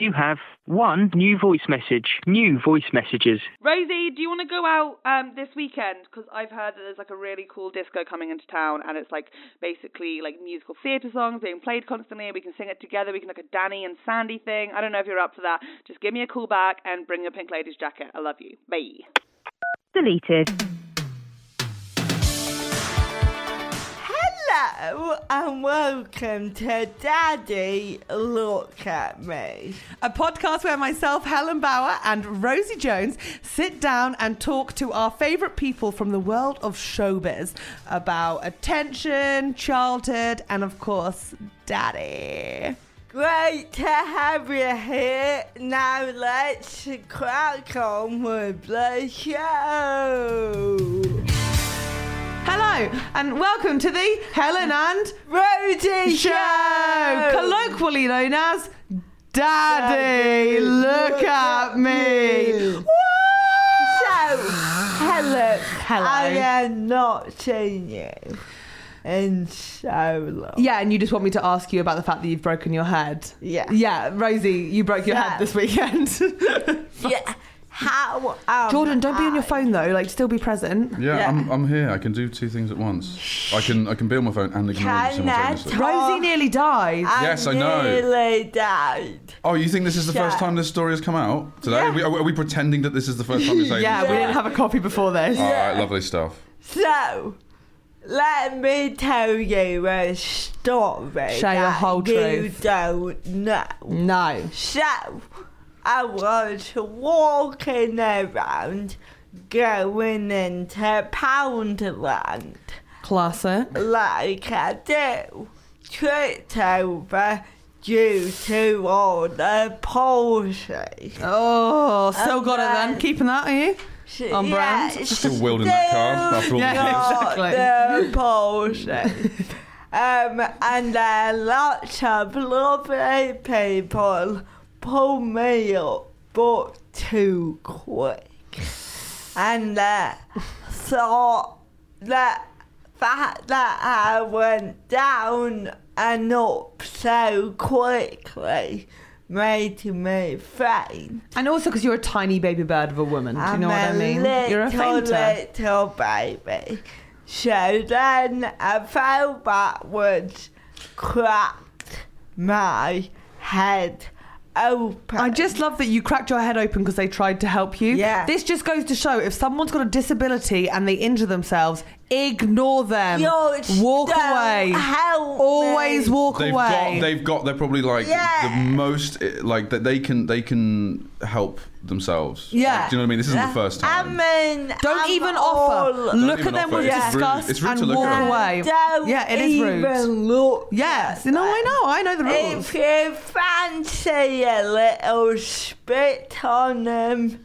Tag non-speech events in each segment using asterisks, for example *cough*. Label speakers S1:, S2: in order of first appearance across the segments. S1: You have one new voice message. New voice messages.
S2: Rosie, do you want to go out um, this weekend? Because I've heard that there's like a really cool disco coming into town, and it's like basically like musical theatre songs being played constantly. We can sing it together. We can like a Danny and Sandy thing. I don't know if you're up for that. Just give me a call back and bring your pink lady's jacket. I love you. Bye.
S3: Deleted.
S4: Hello and welcome to Daddy Look at Me.
S5: A podcast where myself, Helen Bauer, and Rosie Jones sit down and talk to our favourite people from the world of showbiz about attention, childhood, and of course, daddy.
S4: Great to have you here. Now let's crack on with the show.
S5: Hello, and welcome to the Helen and
S4: Rosie
S5: Show, colloquially known as Daddy.
S4: Daddy,
S5: Look at me.
S4: So, Helen,
S5: Hello.
S4: I have not seen you in so long.
S5: Yeah, and you just want me to ask you about the fact that you've broken your head.
S4: Yeah.
S5: Yeah, Rosie, you broke your head
S4: So-
S5: this weekend. *laughs*
S4: Yeah. How am
S5: Jordan, don't be on your
S4: I?
S5: phone though. Like, still be present.
S6: Yeah,
S4: Yeah.
S6: I'm, I'm here. I can do two things at once. I can I can be on my phone and ignore
S4: Can
S6: you simultaneously.
S4: that- Oh.
S5: Rosie nearly died.
S4: I
S6: Yes, I know.
S4: nearly died.
S6: Oh, you think this is the first
S4: Yeah.
S6: time this story has come out today?
S4: Yeah.
S6: Are, we, are we- are we pretending that this is the first time
S5: *laughs*
S6: we're saying
S5: yeah,
S6: this?
S5: we didn't have a coffee before this.
S6: All right, lovely stuff.
S4: So, let me tell you a story
S5: Share your
S4: that
S5: whole
S4: you
S5: truth.
S4: don't know.
S5: No.
S4: So, I was walking around going into Poundland
S5: Classic.
S4: like I do, tripped over due to all the palsy.
S5: Oh, still
S4: Um,
S5: got it then.
S4: uh,
S5: Keeping that, are you? On brand.
S6: Still wielding that car after all
S5: Yeah.
S6: the years.
S4: The
S5: exactly.
S4: portion. um, and there are lots of lovely people pull me up, but too quick. And uh, thought that fact that I went down and up so quickly made me faint.
S5: And also because you're a tiny baby bird of a woman. Do you know what I mean?
S4: Little,
S5: You're a fainter.
S4: little baby. So then I fell backwards, cracked my head open.
S5: I just love that you cracked your head open because they tried to help you.
S4: Yeah.
S5: This just goes to show if someone's got a disability and they injure themselves, ignore them.
S4: George,
S5: walk
S4: don't
S5: away.
S4: help
S5: Always
S4: me.
S5: walk
S6: They've
S5: away.
S6: got, they've got, they're probably like
S4: Yeah.
S6: the most, eh, like that they can, they can help themselves.
S5: Yeah.
S6: Like, do you know what I mean? This isn't the first
S4: I
S6: time.
S4: mean,
S5: Don't
S4: I'm
S5: even
S4: all-
S5: offer. Look
S6: even
S5: at them
S6: offer.
S5: with
S6: It's
S4: just rude.
S5: disgust
S6: It's rude
S5: and
S6: to look
S5: walk
S6: at them.
S5: away.
S4: Don't
S5: yeah, it is rude.
S4: even look
S5: Yes,
S4: at
S5: no, I
S4: them.
S5: know, I know the rules.
S4: If you fancy a little spit on them,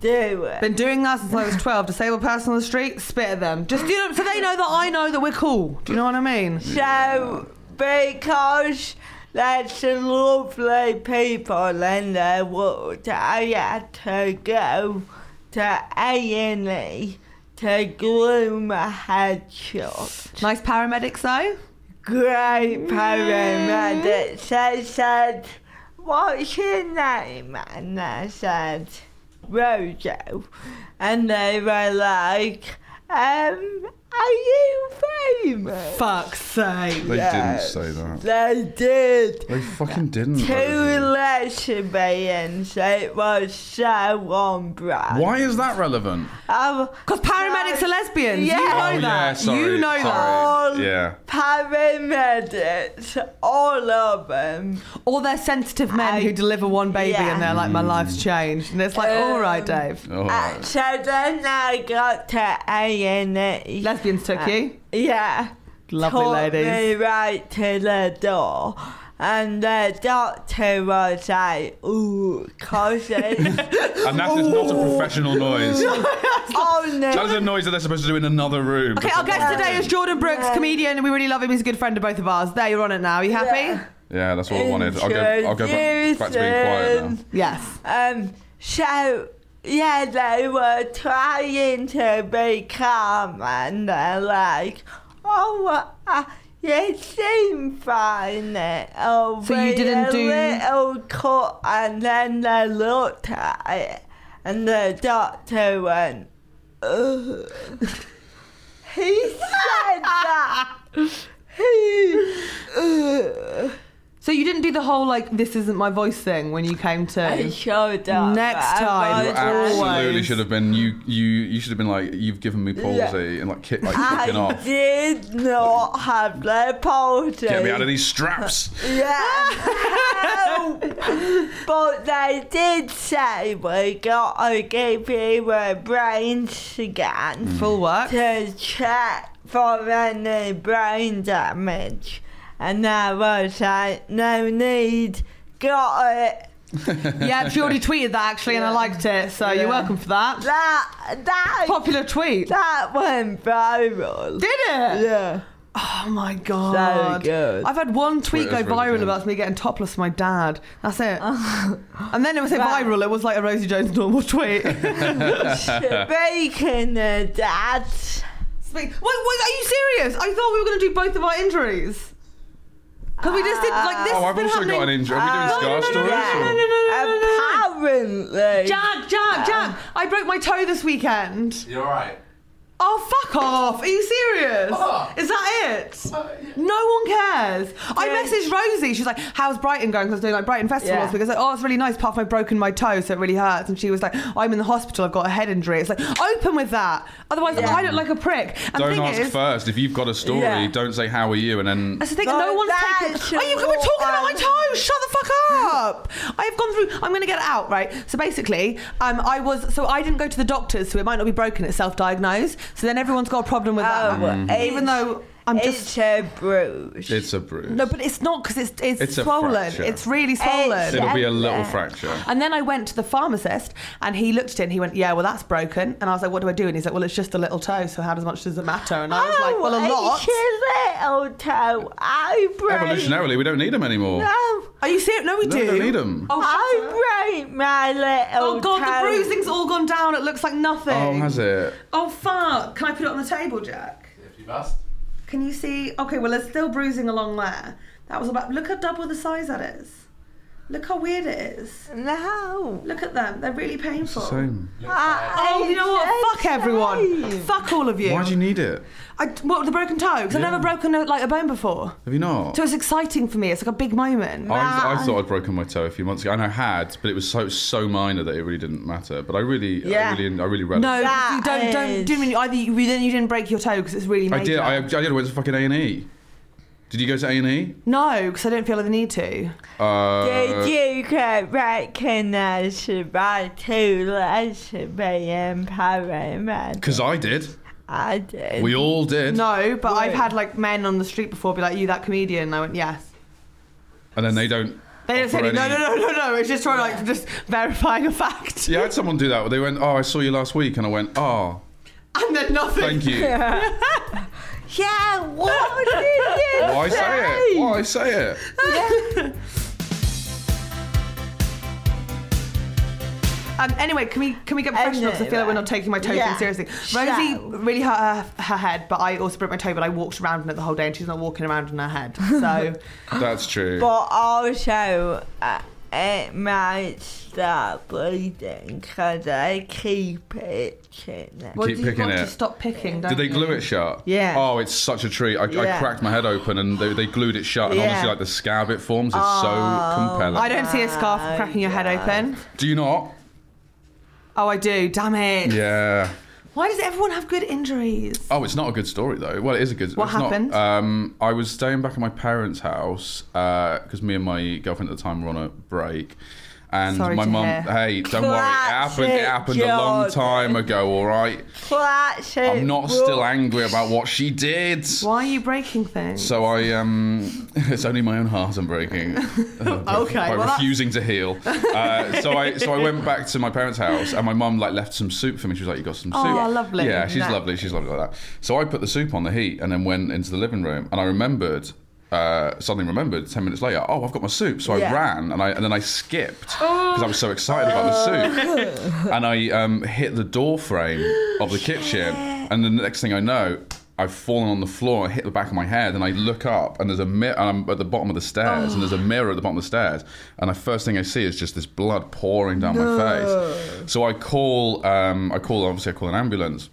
S4: do it.
S5: Been doing that since I was 12. Disabled person on the street, spit at them. Just you know, so they know that I know that we're cool. Do you know what I mean?
S4: So, because that's the lovely people in the world, I had to go to A&E to glue my head shut.
S5: Nice paramedics though.
S4: Great paramedics. They said, what's your name? And I said, Rojo. And they were like, um, are you famous?
S5: Fuck's sake.
S6: They
S4: Yes.
S6: didn't say that.
S4: They did.
S6: They fucking didn't.
S4: Two
S6: Rosie.
S4: lesbians. It was so on brand.
S6: Why is that relevant?
S4: Um,
S5: Because paramedics are lesbians.
S4: Yeah.
S5: You know
S6: oh,
S5: that.
S6: yeah, sorry.
S5: you know that.
S6: sorry.
S4: All
S6: Yeah.
S4: paramedics, all of them.
S5: Or they're sensitive men
S4: I-
S5: who deliver one baby
S4: Yeah.
S5: and they're like, my life's changed. And it's like, all right, Dave.
S6: All
S4: Uh,
S6: right.
S4: so then I got to A and E.
S5: uh, Lesbians took you.
S4: Yeah.
S5: Lovely
S4: Took
S5: ladies.
S4: Me right to the door, and the doctor was like, ooh,
S6: *laughs*
S4: cousin.
S6: And that is not a
S4: *laughs*
S6: professional noise.
S4: oh
S6: That
S4: no.
S6: is a noise that they're supposed to do in another room.
S5: Okay, our guest today is Jordan Brooks, comedian, and we really love him. He's a good friend of both of ours. There, you're on it now. Are you happy?
S6: Yeah, that's what I wanted. I'll go, I'll go back, back to being quiet now.
S5: Yes.
S4: Um, so, yeah, they were trying to be calm and they're like, oh, uh, you seem fine. It'll
S5: So you
S4: be
S5: didn't
S4: a
S5: do-
S4: little cut and then they looked at it and the doctor went, ugh. he said that. He, ugh.
S5: So you didn't do the whole like this isn't my voice thing when you came
S4: I
S5: to.
S4: showed up. I
S5: Next time.
S6: You
S5: It's
S6: absolutely
S5: always-
S6: should have been. You you you should have been like you've given me palsy
S4: Yeah.
S6: and like kick like kicking
S4: I
S6: off.
S4: did not have the poultry.
S6: Get me out of these straps.
S4: Yeah. Help. but they did say we got to give you a brain scan
S5: Full work.
S4: to check for any brain damage. And I was like, no need, got it.
S5: Yeah, she already tweeted that actually, and I liked it. So you're welcome for that.
S4: That, that,
S5: Popular tweet.
S4: that went viral.
S5: Did it?
S4: Yeah.
S5: Oh my god!
S4: good.
S5: I've had one tweet
S6: Twitter's
S5: go
S6: really
S5: viral
S6: good.
S5: about me getting topless with my dad. That's it. and then it was a viral. It was like a Rosie Jones normal
S6: *laughs*
S5: tweet.
S4: Bacon øh, and that.
S5: Speak- Wait, wait, are you serious? I thought we were going to do both of our injuries. Because we just did like this.
S6: Oh,
S5: has
S6: I've
S5: been
S6: also
S5: happening.
S6: got an injury. Are we doing scar stories?
S4: Uh, no,
S6: or-
S4: no, Apparently.
S5: Jack, Jack, Jack! I broke my toe this weekend.
S7: You're alright.
S5: Oh, fuck off! Are you serious? Is that it? No one cares. I messaged Rosie. She's like, "How's Brighton going?" Because I was doing like Brighton Festival
S4: Yeah.
S5: last week. I was like, "Oh, it's really nice. Apart from I've broken my toe, so it really hurts." And she was like, "I'm in the hospital. I've got a head injury." It's like, open with that. Otherwise, I look like a prick. And
S6: Don't
S5: thing
S6: ask
S5: is,
S6: first. If you've got a story,
S4: Yeah.
S6: don't say how are you and then
S5: That's the thing.
S4: No,
S5: No, one's
S4: that
S5: taken.
S4: should
S5: Are you? We're talking about my
S4: not-
S5: toe. Shut the fuck up. I have gone through. I'm going to get it out. Right. So basically, um, I was. So I didn't go to the doctors, so it might not be broken. It's self-diagnosed. So then everyone's got a problem with that.
S6: Mm.
S5: Even though I'm
S4: Oh, it's
S5: just.
S4: a bruise.
S6: it's a bruise.
S5: No, but it's not because it's it's,
S6: It's a
S5: swollen.
S6: fracture.
S5: It's really swollen.
S4: It's-
S6: It'll be a little
S4: Yeah.
S6: fracture.
S5: And then I went to the pharmacist and he looked at it and he went, Yeah, well, that's broken. And I was like, What do I do? And he's like, Well, it's just a little toe, so how much does it matter? And I was
S4: Oh,
S5: like, Well, a lot.
S4: little toe. I break.
S6: Evolutionarily, we don't need them anymore.
S4: No,
S5: Are you serious? No, we
S6: No,
S5: do.
S6: we don't need 'em.
S5: Oh, shut up.
S4: I break my little
S5: Oh god,
S4: toe.
S5: the bruising's all gone down. It looks like nothing.
S6: Oh, has it?
S5: Oh fuck! Can I put it on the table, Jack?
S7: If you must.
S5: Can you see? Okay, well, there's still bruising along there. That was about. Look how double the size that is. Look how weird it is.
S4: No.
S5: Look at them. They're really painful.
S4: Oh.
S6: Same.
S4: I-
S5: Oh, you know what?
S4: it's
S5: Fuck everyone.
S4: shame.
S5: Fuck all of you.
S6: Why do you need it?
S5: I, what the broken toe? Because
S6: Yeah.
S5: I've never broken a, like a bone before.
S6: Have you not?
S5: So it's exciting for me. It's like a big moment.
S6: I, I thought I'd broken my toe a few months ago, and I had, but it was so so minor that it really didn't matter. But I really,
S4: Yeah.
S6: I really, I really relished.
S5: no,
S4: That
S5: you don't. Don't.
S4: is-
S5: Didn't mean either. You, then you didn't break your toe because it's really.
S6: I
S5: Major.
S6: did. I, I did. I went to fucking A and E. Did you go to A and E?
S5: No, because I don't feel the need to.
S6: Uh,
S4: Did you get recognized by two lesbian paramedics?
S6: Because I did.
S4: I did.
S6: We all did.
S5: No, but I've had like men on the street before be like, "You that comedian?" And I went, "Yes."
S6: And then they don't.
S5: They didn't say
S6: offer
S5: any- no,
S6: any-
S5: no, no, no, no. It's just trying like just verifying a
S6: *laughs*
S5: fact,
S6: Yeah, I had someone do that. They went, "Oh, I saw you last week," and I went, "Oh,
S5: and then nothing. *laughs*
S6: thank you."
S4: Yeah, what did you
S6: Why say it? Why say it?
S5: Um, anyway, can we can we get professional? Because I feel like we're not taking my toe
S4: Yeah.
S5: thing seriously.
S4: Shall
S5: Rosie
S4: we?
S5: really hurt her, her head, but I also broke my toe. But I walked around in it the whole day, and she's not walking around in her *laughs* head. So
S6: That's true.
S4: But also, uh, it might start bleeding because I keep itching. it.
S5: Well,
S6: Keep
S5: do you
S6: picking
S5: want to
S6: it.
S5: stop picking? Don't
S6: Did they
S5: you?
S6: glue it shut?
S4: Yeah.
S6: Oh, it's such a treat. I, I
S4: Yeah.
S6: cracked my head open and they, they glued it shut. And
S4: Yeah.
S6: honestly, like the scab it forms is so compelling.
S5: Oh. I don't see a scarf cracking your head open.
S6: Do you not?
S5: Oh, I do. Damn it!
S6: Yeah.
S5: Why does everyone have good injuries?
S6: Oh, it's not a good story though. Well, it is a good.
S5: What
S6: it's not-
S5: happened?
S6: um, I was uh, staying back at my parents' house because me and my girlfriend at the time were on a break, And
S5: Sorry
S6: my
S5: to
S6: mum,
S5: hear.
S6: hey, don't worry, it happened. It
S4: Classic
S6: happened a long
S4: Jordan.
S6: time ago. All right,
S4: Classic.
S6: I'm not still angry about what she did.
S5: Why are you breaking things?
S6: So I um, *laughs* it's only my own heart I'm
S5: *laughs*
S6: breaking. uh, by-
S5: Okay,
S6: by
S5: well, that's-
S6: refusing to
S5: *laughs*
S6: heal. Uh, so I so I went back to my parents' house and my mum like left some soup for me. She was like, "You got some
S5: Oh,
S6: soup?"
S5: lovely.
S6: Yeah, she's
S5: Nice.
S6: lovely. She's lovely like that. So I put the soup on the heat and then went into the living room and I remembered. Uh, suddenly remembered 10 minutes later oh i've got my soup so i
S4: Yeah.
S6: ran and i and then i skipped because i was so excited about the soup and i um, hit the door frame of the kitchen and the next thing i know i've fallen on the floor i hit the back of my head and i look up and there's a mirror i'm at the bottom of the stairs and there's a mirror at the bottom of the stairs and the first thing i see is just this blood pouring down my face so i call um, i call obviously i call an ambulance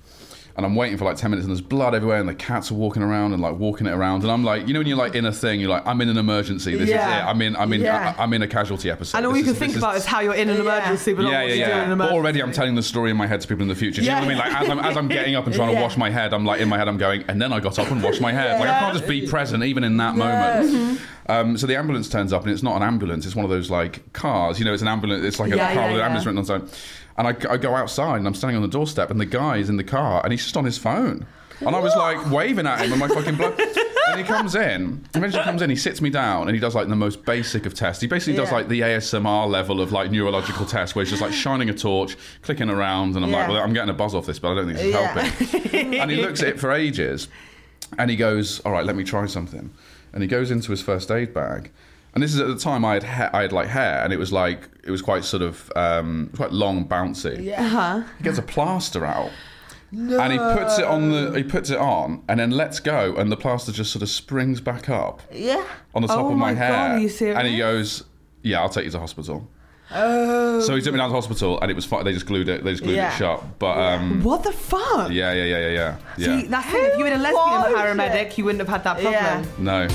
S6: and I'm waiting for like 10 minutes and there's blood everywhere and the cats are walking around and like walking it around and I'm like you know when you're like in a thing you're like I'm in an emergency this is
S5: Yeah.
S6: it I'm in I'm in
S5: Yeah.
S6: I, am in a casualty episode
S5: and all
S6: This
S5: you can
S6: is-
S5: think
S6: this is-
S5: about is how you're in an emergency, but not
S6: yeah,
S5: what
S6: yeah,
S5: you do in
S6: yeah.
S5: an
S6: But
S5: emergency.
S6: already, I'm telling the story in my head to people in the future. Do you know what I mean? Like as I'm, as I'm getting up and trying to wash my head, I'm like in my head, I'm going, and then I got up and washed my head. Like I can't just be present even in that moment.
S5: Mm-hmm.
S6: Um, so the ambulance turns up, and it's not an ambulance. It's one of those like cars. You know, it's an ambulance. It's like a
S5: Yeah,
S6: car
S5: yeah,
S6: with an
S5: yeah.
S6: ambulance written on the side. And I, I go outside, and I'm standing on the doorstep, and the guy is in the car, and he's just on his phone. And I was like waving at him with my
S4: *laughs*
S6: fucking blood. And he comes in. Eventually, he comes in. He sits me down, and he does like the most basic of tests. He basically does
S4: Yeah.
S6: like the ASMR level of like neurological tests where it's just like shining a torch, clicking around, and I'm like,
S4: Yeah.
S6: well, I'm getting a buzz off this, but I don't think this is
S4: Yeah.
S6: helping. and he looks at it for ages and he goes, all right, let me try something. And he goes into his first aid bag. And this is at the time I had ha- I had like hair, and it was like it was quite sort of um, quite long, bouncy. Yeah. He gets a plaster out, and he puts it on the he puts it on, and then lets go, and the plaster just sort of springs back up
S4: Yeah.
S6: on the top
S5: Oh
S6: of
S5: my
S6: my,
S5: God,
S6: hair.
S5: are you serious?
S6: And he goes, "Yeah, I'll take you to hospital."
S5: Oh.
S6: So he took me down to hospital, and it was fine. They just glued it. They just glued
S4: Yeah.
S6: it shut. But um,
S5: What the fuck?
S6: yeah, yeah, yeah, yeah, yeah. yeah.
S5: See, that's the thing. If you were a lesbian
S4: was
S5: paramedic, you wouldn't have had that problem.
S4: Yeah.
S6: no.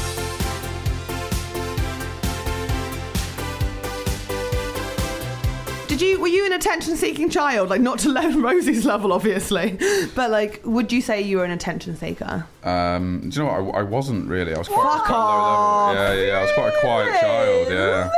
S5: Did you? Were you an attention-seeking child? Like not to *laughs* level Rosie's level, obviously, but like, would you say you were an attention seeker?
S6: Um, do you know what? I, I wasn't really. I was quite,
S5: Fuck
S6: quite low
S5: off.
S6: level. Yeah, yeah, yeah. I was quite Oh, a quiet child. Yeah.
S4: Little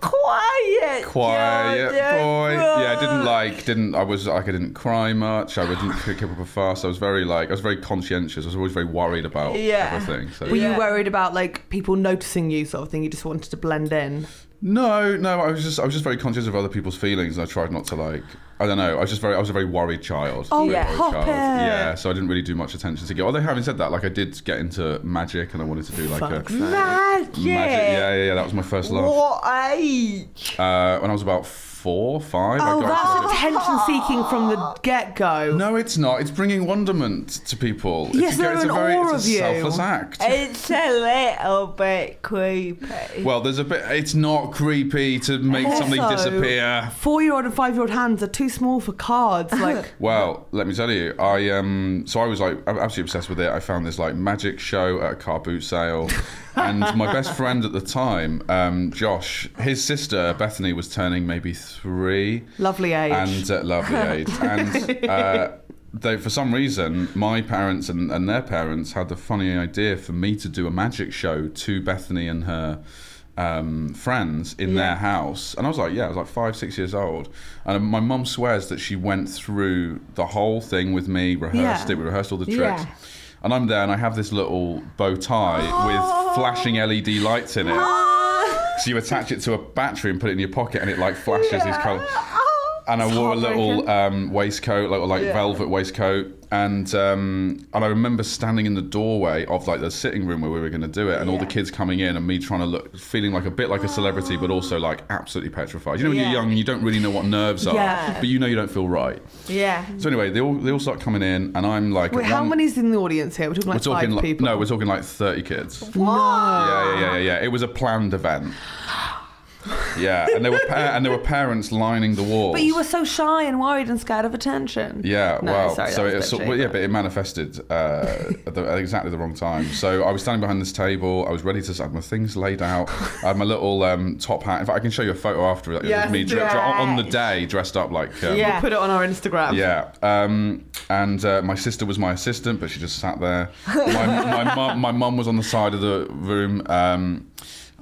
S4: quiet.
S6: Quiet
S4: Jordan
S6: boy. Yeah, I didn't
S4: Brooks.
S6: like. Didn't I was like I didn't cry much. I didn't keep up a fuss. I was very like I was very conscientious. I was always very worried about
S4: Yeah.
S6: everything. So.
S5: Were you worried about like people noticing you, sort of thing? You just wanted to blend in.
S6: No, no, I was just I was just very conscious of other people's feelings and I tried not to like I don't know, I was just very I was a very worried child.
S5: Oh,
S6: Very
S5: yeah.
S6: worried
S5: Pop
S6: child.
S5: it.
S6: Yeah, so I didn't really do much attention to get although having said that, like I did get into magic and I wanted to do like a
S4: Magic.
S6: magic yeah, yeah, yeah, that was my first love.
S4: What age?
S6: Uh, when I was about four, five, I
S5: Oh,
S6: got into
S5: that's
S6: magic.
S5: attention seeking from the get-go.
S6: No, it's not. It's bringing wonderment to people. It's
S5: Yes,
S6: a,
S5: they're
S6: it's a
S5: in
S6: very
S5: awe
S6: it's
S5: of
S6: a
S5: you.
S6: selfless act.
S4: It's a little bit creepy.
S6: Well, there's a bit it's not creepy to make something
S5: Also-
S6: disappear.
S5: Four-year-old and five-year-old hands are too small for cards. Like,
S6: Well, let me tell you, I um, so I was like I'm absolutely obsessed with it. I found this like magic show at a car boot
S5: *laughs*
S6: sale, and my best friend at the time, um, Josh, his sister Bethany was turning maybe three,
S5: lovely age.
S6: and uh, lovely
S5: *laughs*
S6: age, and. Uh, they, for some reason, my parents and, and their parents had the funny idea for me to do a magic show to Bethany and her um, friends in their house. And I was like, yeah, I was like five, six years old. And my mum swears that she went through the whole thing with me, rehearsed
S5: Yeah.
S6: it, we rehearsed all the tricks.
S5: Yeah.
S6: And I'm there and I have this little bow tie with flashing LED lights in it.
S5: *gasps*
S4: *laughs*
S6: So you attach it to a battery and put it in your pocket and it like flashes these colours.
S4: Oh.
S6: And I wore a little um, waistcoat, like, like velvet waistcoat, and um, and I remember standing in the doorway of like the sitting room where we were going to do it, and all the kids coming in, and me trying to look, feeling like a bit like a celebrity, but also like absolutely petrified. You know, when you're young and you don't really know what nerves are,
S5: Yeah.
S6: but you know you don't feel right.
S4: Yeah.
S6: So anyway, they all they all start coming in, and I'm like,
S5: Wait,
S6: at
S5: how
S6: one-
S5: many's in the audience here? We're talking
S6: We're
S5: like
S6: talking
S5: five
S6: like,
S5: people.
S6: no, we're talking like thirty kids.
S5: no.
S6: Yeah, yeah, yeah, yeah, yeah. It was a
S5: *gasps*
S6: planned event. Yeah, and there were pa- and there were parents lining the walls.
S5: But you were so shy and worried and scared of attention.
S6: Yeah,
S5: No,
S6: well,
S5: sorry,
S6: so
S5: that
S6: it
S5: was
S6: sort
S5: bitchy,
S6: well, yeah,
S5: but-
S6: but it manifested uh, at, the, at exactly the wrong time. So I was standing behind this table. I was ready to. I had my things laid out. I had my little um, top hat. In fact, I can show you a photo after it.
S5: Yes,
S6: of me dre-
S5: yes.
S6: dre- on the day dressed up like. Um,
S5: We'll put it on our Instagram.
S6: Yeah, um, and uh, my sister was my assistant, but she just sat there. My my mum my mum was on the side of the room, um,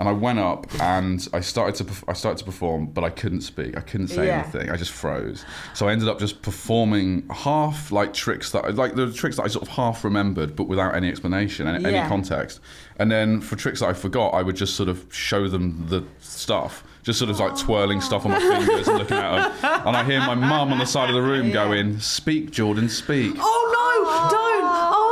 S6: And I went up and I started to perf- I started to perform, but I couldn't speak. I couldn't say
S4: Yeah.
S6: anything. I just froze. So I ended up just performing half like tricks that like the tricks that I sort of half remembered, but without any explanation and any
S4: Yeah.
S6: context. And then for tricks that I forgot, I would just sort of show them the stuff, just sort of like twirling stuff on my fingers and looking at
S5: *laughs*
S6: them. And I hear my mum on the side of the room going, "Speak, Jordan, speak."
S5: Oh no! Don't!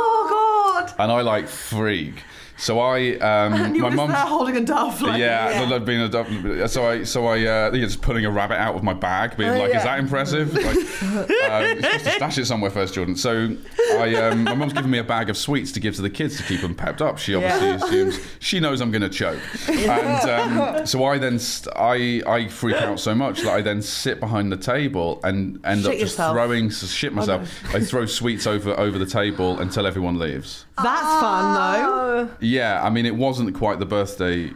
S5: Oh god!
S6: And I like freak. So I,
S5: *laughs*
S6: um,
S5: And you
S6: my
S5: were just
S6: mum's.
S5: there holding a dove. Like,
S6: Yeah, I'd been a dub- so I so I uh, yeah, just pulling a rabbit out of my bag,
S5: Oh,
S6: being like, "Is
S4: yeah.
S6: that impressive?" Like, um, you're supposed to stash it somewhere first, Jordan. So I, um, my mum's given me a bag of sweets to give to the kids to keep them pepped up. She obviously assumes she knows I'm going to choke, and um, so I then st- I I freak out so much that I then sit behind the table and end up
S5: Shit
S6: just
S5: yourself. Oh,
S6: throwing s- shit myself. I throw sweets over over the table until everyone leaves.
S5: That's fun though.
S6: Yeah, I mean, it wasn't quite
S5: *laughs*
S6: the birthday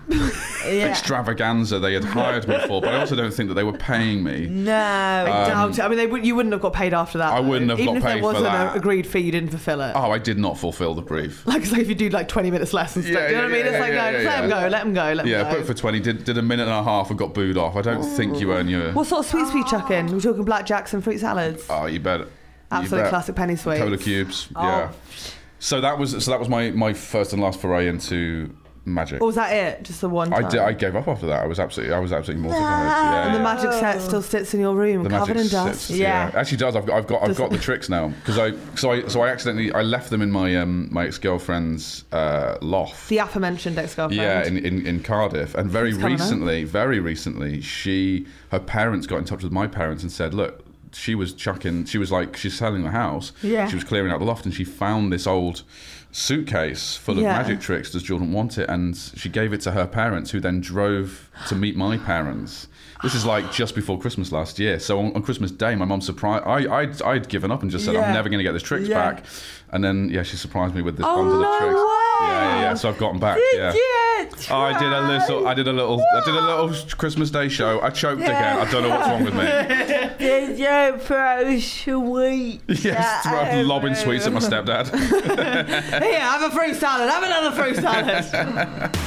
S6: extravaganza they had hired me for, but I also don't think that they were paying me.
S4: No.
S5: I doubt it. I mean, they, would- you wouldn't have got paid after that.
S6: Um, I
S5: though.
S6: wouldn't have
S5: Even
S6: got
S5: if
S6: paid
S5: there
S6: for
S5: wasn't
S6: that.
S5: an agreed fee, you didn't fulfill it.
S6: Oh, I did not fulfill the
S5: *laughs*
S6: brief.
S5: Like, so if you do like 20 minutes less and stuff,
S6: Yeah,
S5: do you know what I mean?
S6: yeah,
S5: It's like,
S6: yeah,
S5: no,
S6: yeah,
S5: just
S6: yeah.
S5: let him go, let him go, let him
S6: Yeah,
S5: go.
S6: booked for 20, did, did a minute and a half and got booed off. I don't think you earn your.
S5: What sort of sweets were you chucking? We're talking blackjacks and fruit salads.
S6: Oh, you bet.
S5: Absolute
S6: you bet.
S5: classic penny sweets. Oh.
S6: Cola cubes. Yeah. So that was so that was my, my first and last foray into magic.
S5: Or was that it? Just the one
S6: I,
S5: time?
S6: did, I gave up after that. I was absolutely I was absolutely mortified. Yeah,
S5: And the
S6: yeah.
S5: magic set still sits in your room, covered in
S6: Oh. magic
S5: dust.
S6: sits,
S4: Yeah.
S6: actually does. I've got, I've got, I've got the tricks now because I, so I, so I accidentally, I left them in my, um, my ex girlfriend's uh, loft.
S5: The aforementioned ex-girlfriend.
S6: Yeah, in, in, in Cardiff, and very
S5: It's coming up.
S6: recently, very recently, she, her parents got in touch with my parents and said, look. She was chucking. She was like, she's selling the house.
S4: Yeah.
S6: She was clearing out the loft, and she found this old suitcase full of
S5: Yeah.
S6: magic tricks. Does Jordan want it? And she gave it to her parents, who then drove to meet my parents. This is like just before Christmas last year. So on, on Christmas Day, my mum surprised. I, I'd, I'd given up and just said,
S4: Yeah.
S6: I'm never going to get this tricks
S4: Yeah.
S6: back. And then, yeah, she surprised me with this
S5: Oh,
S6: bundle
S5: no
S6: of tricks.
S5: way!
S6: Yeah, yeah, yeah. So I've gotten back. yeah.
S4: Did you
S6: Oh, I did a
S4: try?
S6: little. I did a little. I did a little Christmas Day show. I choked
S4: Yeah.
S6: again. I don't know what's wrong
S5: *laughs*
S6: with me.
S4: Did you throw sweets?
S6: *laughs* Yes, throw
S4: at
S6: lobbing
S4: him?
S6: sweets at
S5: *laughs*
S6: my stepdad. e-
S5: Here, have a fruit salad. Have another fruit salad.
S6: *laughs*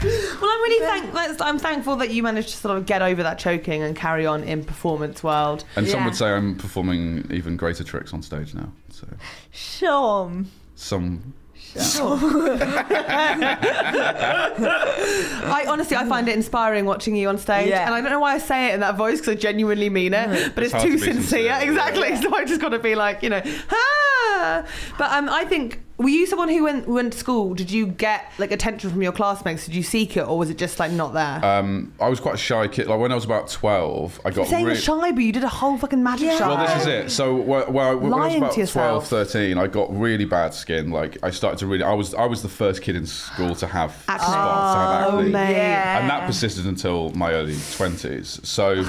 S5: Well, I'm really thank- let's- I'm thankful that you managed to sort of get over that choking and carry on in performance world.
S6: And some
S4: Yeah.
S6: would say I'm performing even greater tricks on stage now. So
S4: Some.
S6: some.
S5: I honestly, I find it inspiring watching you on stage,
S4: Yeah.
S5: and I don't know why I say it in that voice because I genuinely mean it, but it's,
S6: hard
S5: too
S6: to be
S5: sincere.
S6: sincere, yeah.
S5: Exactly. *laughs* So I just got to be like, you know, ah. But um, I think were you someone who went went to school? Did you get like attention from your classmates? Did you seek it, or was it just like not there?
S6: Um, I was quite a shy kid. Like when I was about twelve, I got
S5: Saying you're
S6: really-
S5: shy, but you did a whole fucking magic show.
S6: Well, this is it. So wh- wh- when I was
S5: Lying
S6: about
S5: to yourself.
S6: 12, 13, I got really bad skin. Like I started to really, I was I was the first kid in school to have
S5: Acne.
S6: spots, to have acne.
S5: Oh, mate.
S4: Yeah.
S6: and that
S5: Uh.
S6: persisted until my early 20s so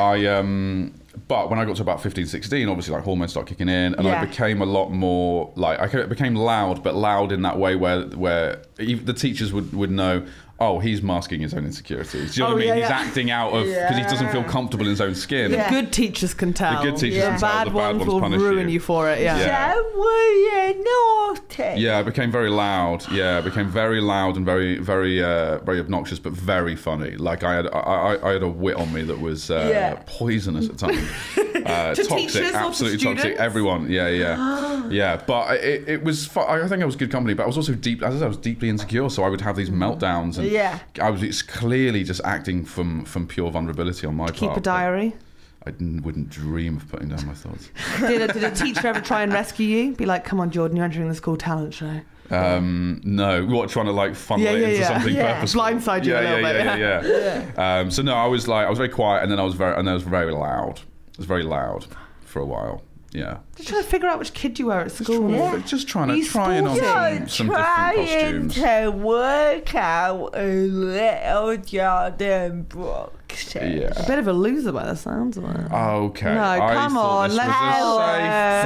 S6: i um but when i got to about 15 16 obviously like hormones start kicking in and
S4: Yeah.
S6: i became a lot more like i ca- became loud but loud in that way where where ev the teachers would would know oh he's masking his own insecurities do you know
S5: Oh,
S6: what i mean he's acting out of because he doesn't feel comfortable in his own skin
S4: Yeah.
S5: Good teachers can tell.
S6: good teachers
S4: Yeah.
S6: can
S5: The
S6: tell,
S5: bad,
S6: the bad
S5: ones,
S6: ones
S5: will
S6: punish
S5: ruin you.
S6: you.
S5: for it. Yeah.
S6: Yeah.
S4: So were you naughty?
S6: Yeah, I became very loud. Yeah, I became very loud and very, very, uh, very obnoxious, but very funny. Like I had, I, I, I had a wit on me that was uh,
S4: Yeah.
S6: poisonous
S5: *laughs*
S6: at times. Uh,
S5: To
S6: toxic,
S5: teachers or to
S6: absolutely toxic.
S5: students?
S6: Everyone.
S5: *gasps*
S6: Yeah, yeah, yeah. But I- it, it was. Fu- I think I was good company, but I was also deep. As I said, I was deeply insecure, so I would have these
S5: Mm-hmm.
S6: meltdowns, and
S4: Yeah.
S6: I was. It's clearly just acting from from pure vulnerability on my part.
S5: Keep a
S6: but
S5: diary.
S6: *laughs* I didn't- wouldn't dream of putting down my thoughts.
S5: Did a, did a teacher ever try and rescue you? Be like, come on, Jordan, you're entering the school talent show.
S6: Um, no, what trying to like funnel
S5: Yeah,
S6: it
S5: yeah,
S6: into
S5: yeah.
S6: something
S5: Yeah.
S6: purposeful,
S5: Blindside you a
S6: yeah,
S5: little
S6: yeah,
S5: bit,
S6: yeah, yeah,
S5: *laughs*
S6: yeah. Um, so no, I was like, I was very quiet, and then I was very, and then I was very loud. I was very loud for a while. Yeah,
S5: Just trying to figure out which kid you were at
S6: just
S5: school.
S6: trying, to, just trying
S5: Were
S6: to
S5: you
S6: try on
S5: sporty?
S6: some, some different
S4: Trying
S6: costumes.
S4: to work out a little Jordan Brooks.
S6: Yeah.
S5: Bit of a loser by the sounds of it.
S6: Okay.
S5: No,
S6: I
S5: come
S6: thought
S5: on,
S6: this
S5: let's-
S6: was a safe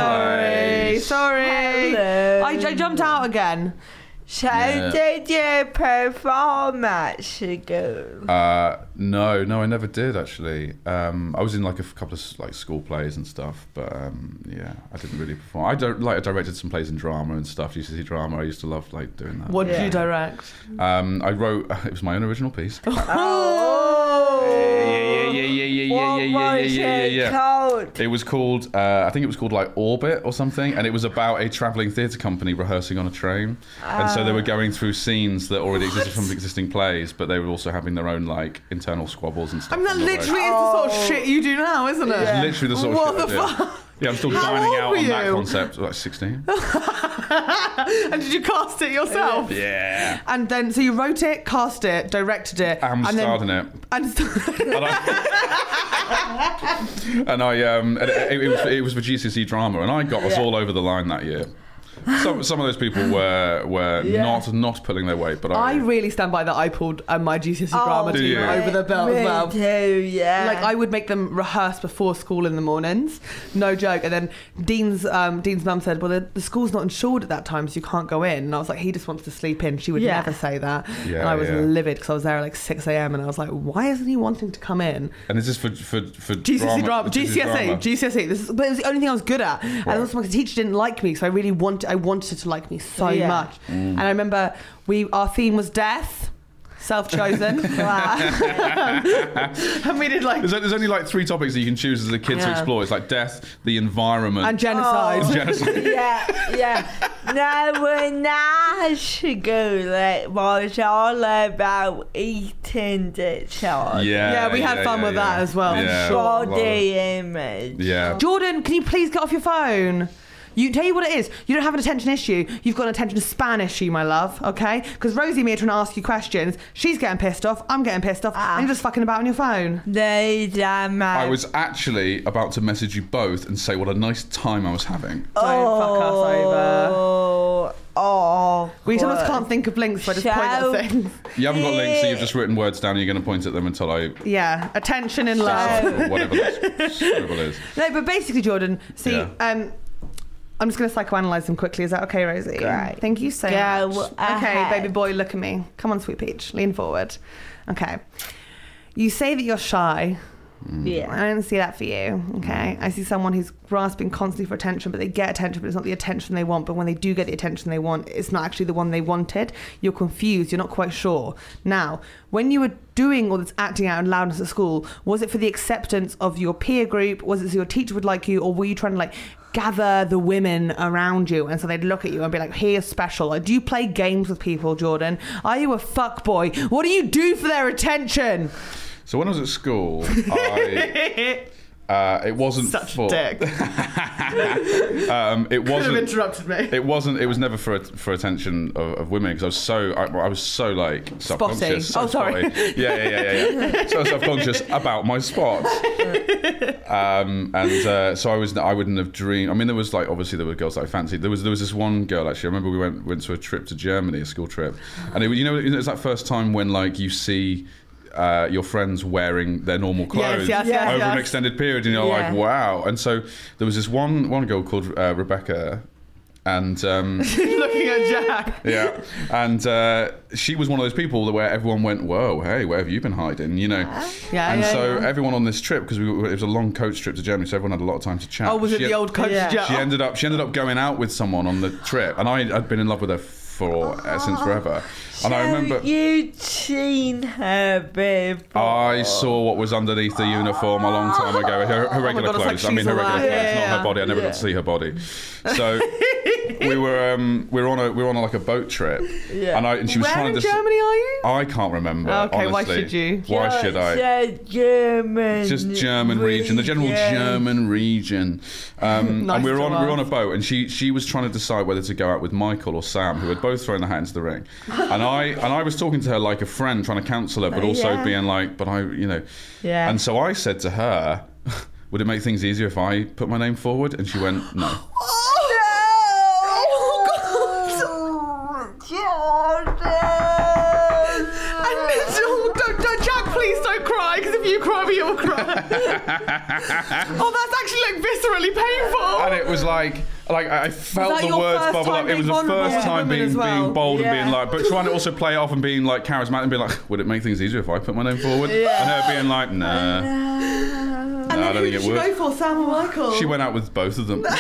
S5: Sorry,
S6: place.
S5: sorry.
S4: Hello.
S5: I, I jumped out again.
S4: So
S6: Yeah.
S4: did you perform at school?
S6: Uh, no, no, I never did actually. Um, I was in like a f- couple of s- like school plays and stuff, but um, yeah, I didn't really perform. I don't like I directed some plays in drama and stuff. UCC drama. I used to love like doing that.
S5: What did you direct?
S6: Um, I wrote. *laughs* It was my own
S5: *laughs*
S6: original piece.
S4: Oh,
S6: yeah, yeah, yeah, yeah, yeah,
S4: what
S6: yeah, yeah,
S4: was
S6: yeah, yeah,
S4: it
S6: yeah.
S4: called?
S6: It was called, uh, I think it was called like Orbit or something, and it was about a traveling theatre company rehearsing on a train. and so they were
S5: Ah.
S6: going through scenes that already existed from existing plays, but they were also having their own like internal squabbles and stuff.
S5: I mean, that
S6: on the way.
S5: literally is the sort of shit you do now, isn't it?
S6: It's literally the sort
S5: what
S6: of shit.
S5: the
S6: I did.
S5: fuck? *laughs*
S6: Yeah, I'm still
S5: How
S6: dining
S5: old
S6: out
S5: were
S6: on that
S5: you?
S6: concept.
S5: *laughs*
S6: Like 16.
S5: and did you cast it yourself?
S6: yeah.
S5: And then, so you wrote it, cast it, directed it,
S6: I'm
S5: and
S6: starting
S5: then
S6: it. *laughs*
S5: and *laughs*
S6: And I, and I um, and it, it, was, it was for GCC drama, and I got us all over the line that year. Some, some of those people were were not not pulling their weight, but I,
S5: I really stand by that. I pulled uh, my GCSE drama
S6: Do
S5: team
S6: you?
S5: over the belt
S4: Me
S5: as well.
S4: too, yeah.
S5: Like I would make them rehearse before school in the mornings, no joke. And then Dean's um, Dean's mum said, "Well, the, the school's not insured at that time, so you can't go in." And I was like, "He just wants to sleep in." She would
S4: Yeah.
S5: never say that.
S6: Yeah,
S5: and I was
S6: yeah.
S5: livid because I was there at like six a.m. and I was like, "Why isn't he wanting to come in?"
S6: and this is for for for
S5: GCSE E drama,
S6: GCSE
S5: GCSE,
S6: drama.
S5: GCSE. E. This is, but it was the only thing I was good at, and
S6: Right.
S5: also my teacher didn't like me, so I really wanted, I wanted her to like me so
S4: Yeah.
S5: much.
S6: Mm.
S5: And I remember we, our theme was death, self-chosen,
S4: *laughs*
S5: *laughs* and we did like
S6: There's, there's only like three topics that you can choose as a kid to
S5: Yeah.
S6: explore. It's like death, the environment,
S5: and genocide.
S6: genocide.
S4: yeah, yeah. No, when I school, it was all about eating
S6: yeah,
S4: disorders.
S5: Yeah, we had fun with that as well.
S6: Yeah,
S5: Sure.
S4: Body image.
S6: yeah.
S5: Jordan, can you please get off your phone? You tell you what it is. You don't have an attention issue. You've got an attention span issue, my love. Okay? Because Rosie and me are trying to ask you questions. She's getting pissed off. I'm getting pissed off. And you're just fucking about on your phone.
S4: These are my
S6: I was actually about to message you both and say what a nice time I was having.
S5: Don't fuck us over.
S4: Oh, oh.
S5: We sometimes can't think of links, so I just point
S4: So-
S5: at things. *laughs*
S6: You haven't got links, so you've just written words down and you're going to point at them until I
S5: Yeah, attention and love.
S6: or whatever that *laughs* scribble is.
S5: No, but basically, Jordan, see,
S6: Yeah.
S5: um, I'm just going to psychoanalyze them quickly. Is that okay, Rosie?
S4: Great.
S5: Thank you so
S4: Go
S5: much.
S4: ahead.
S5: Okay, baby boy, look at me. Come on, sweet peach. Lean forward. Okay. You say that you're shy.
S4: Yeah.
S5: I don't see that for you. Okay. I see someone who's grasping constantly for attention, but they get attention, but it's not the attention they want. But when they do get the attention they want, it's not actually the one they wanted. You're confused. You're not quite sure. Now, when you were doing all this acting out and loudness at school, was it for the acceptance of your peer group? Was it so your teacher would like you? Or were you trying to like gather the women around you? And so they'd look at you and be like, here's special. Like, do you play games with people, Jordan? Are you a fuck boy? What do you do for their attention?
S6: So when I was at school, I, uh, it wasn't
S5: Such
S6: for,
S5: a dick.
S6: Um, it
S5: Could
S6: wasn't.
S5: have interrupted me.
S6: It wasn't. It was never for for attention of, of women because I was so I, I was so like subconscious. so
S5: Oh, sorry.
S6: spotty. Yeah, yeah, yeah, yeah. yeah. so subconscious about
S5: *laughs*
S6: my spots. Um, and uh, so I was. I wouldn't have dreamed. I mean, there was like obviously there were girls that I fancied. There was there was this one girl actually. I remember we went went to a trip to Germany, a school trip, and it, was- you know you know, it's that first time when like you see. Uh, your friends wearing their normal clothes
S5: yes, yes,
S6: over an
S5: yes.
S6: extended period, and you're like,
S4: Yeah.
S6: wow. And so there was this one one girl called uh, Rebecca,
S5: *laughs*
S6: and um,
S5: looking at Jack.
S6: yeah, and uh, she was one of those people that where everyone went, "Whoa, hey, where have you been hiding?" You know.
S5: Yeah,
S6: and
S5: yeah,
S6: so
S5: yeah.
S6: everyone on this trip because we were, it was a long coach trip to Germany, so everyone had a lot of time to chat.
S5: Oh, was it
S6: She
S5: the
S6: had-
S5: old coach
S4: Yeah.
S5: Jack? Oh,
S6: She ended up she ended up going out with someone on the trip, and I had been in love with her for uh,
S5: Ah.
S6: since forever. And I remember.
S4: You'd seen her before.
S6: I saw what was underneath the uniform a long time ago. Her, her regular
S5: Oh God, it's like
S6: clothes. I mean,
S5: she's
S6: her regular
S5: alive.
S6: clothes,
S5: Yeah,
S6: not
S5: yeah.
S6: her body. I never got to see her body. So
S5: *laughs*
S6: we were um, we were on a we were on a, like a boat trip,
S4: Yeah.
S6: and I and she was
S5: Where
S6: trying
S5: in
S6: to. dec-
S5: Germany are you?
S6: I can't remember.
S5: Okay, why
S6: honestly.
S5: should you?
S6: Why should I?
S4: Just German.
S6: just German region, the general German region. Um,
S4: *laughs*
S5: Nice
S6: and we were
S5: to
S6: on we were on a
S5: ask.
S6: boat, and she she was trying to decide whether to go out with Michael or Sam, who had both thrown their hat into
S4: *laughs*
S6: the ring. And I and I was talking to her like a friend, trying to counsel her, but also
S4: Uh, yeah.
S6: being like, but I, you know,
S4: Yeah.
S6: And so I said to her. *laughs* Would it make things easier if I put my name forward? And she went, No.
S5: *laughs*
S4: Oh, no! Jordan!
S5: Oh, don't, don't, Jack, please don't cry, because if you cry, we
S6: *laughs*
S5: all cry. oh, that's actually like viscerally painful.
S6: And it was like, like I I felt
S5: that
S6: the
S5: your
S6: words
S5: first
S6: bubble
S5: time
S6: up. It
S5: being
S6: was the
S5: vulnerable
S6: first
S5: to
S6: time
S5: women
S6: being,
S5: as well?
S6: being bold and
S4: Yeah.
S6: being like, but trying to also play it off and being like charismatic and be like, would it make things easier if I put my name forward? And her being like, nah.
S5: And
S6: No, I
S5: then
S6: don't
S5: who did
S6: think it
S5: she
S6: would.
S5: go for? Sam or Michael?
S6: She went out with both of
S5: *laughs*
S6: them.
S4: What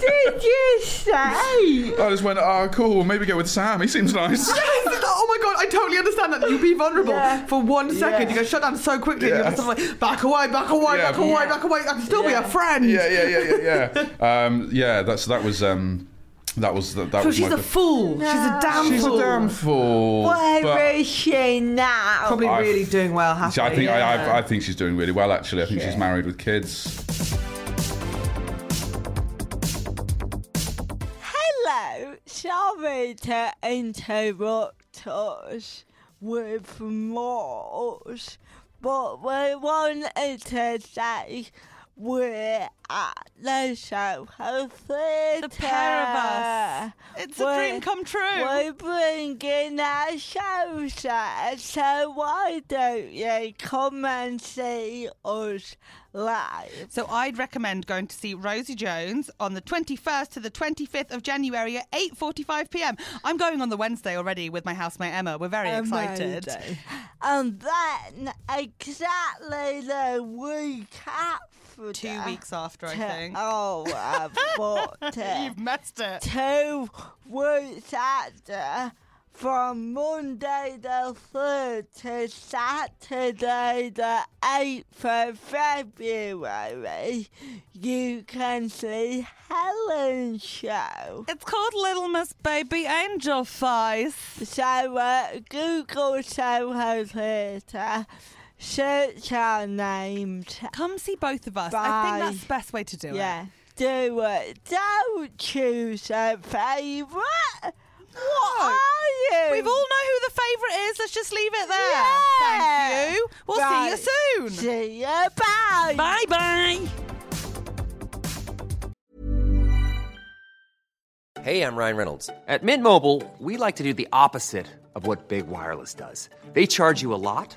S4: did you say?
S6: I just went, oh, cool. Well, maybe go with Sam. He seems
S5: *laughs*
S6: nice.
S5: oh my god, I totally understand that. You be vulnerable
S4: Yeah.
S5: for one second.
S4: Yeah.
S5: You go shut down so quickly.
S6: Yeah.
S5: You're just sort of like back away, back away,
S6: Yeah.
S5: back away,
S6: Yeah.
S5: back away. I can still be a friend.
S6: yeah, yeah, yeah, yeah, yeah. Um, yeah, that's that was um, that was that, that
S5: So
S6: was
S5: she's
S6: Oh my
S5: a fool. She's a damn
S6: She's
S5: fool.
S6: a damn fool.
S4: Where is
S6: but-
S4: she now?
S5: Probably
S6: I-
S5: really doing well. Happily.
S6: I think
S5: yeah.
S6: I, I, I think she's doing really well actually. I think she's married with kids.
S4: Hello, sorry to interrupt us with Morse, but we wanted to say we're at the Soho
S7: The
S4: Theatre.
S7: pair of us. It's a
S4: We're-
S7: dream come true.
S4: We're bringing our shows there, so why don't you come and see us live?
S7: So I'd recommend going to see Rosie Jones on the 21st to the 25th of January at 8:45 p.m. I'm going on the Wednesday already with my housemate Emma. We're very excited.
S4: Amazing. And then exactly the week after.
S7: Two weeks after, I
S4: Te-
S7: think.
S4: Oh,
S7: *laughs*
S4: I've got it.
S7: You've messed it.
S4: Two weeks after, from Monday the 3rd to Saturday the 8th of February, you can see Helen's show.
S7: It's called Little Miss Baby Angel Face.
S4: So uh, Google Soho Theatre, search our names.
S7: Come see both of us. I
S4: Bye.
S7: think that's the best way to do it.
S4: Yeah, do it. Don't choose a favourite. What are you?
S7: We've all know who the favourite is. Let's just leave it there.
S4: Yeah.
S7: Thank you. We'll
S4: Right.
S7: see you soon.
S4: See you. Bye.
S7: Bye bye.
S8: Hey, I'm Ryan Reynolds. At Mint Mobile, we like to do the opposite of what Big Wireless does. They charge you a lot,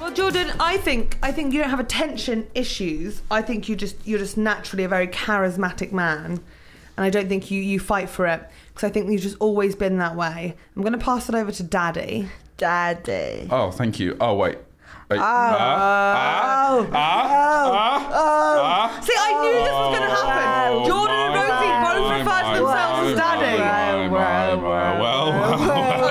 S5: Well, Jordan, I think I think you don't have attention issues. I think you just you're just naturally a very charismatic man, and I don't think you you fight for it because I think you've just always been that way. I'm going to pass it over to Daddy.
S4: Daddy.
S6: Oh, thank you. Oh wait. Wait. Ah, ah, ah, ah, ah.
S5: Oh. See, I knew this was going to happen.
S6: Oh,
S5: Jordan and
S6: my,
S5: Rosie both
S6: my,
S5: refer to
S6: my,
S5: themselves
S6: my,
S5: as Daddy.
S6: my, my, my, Well, well, well.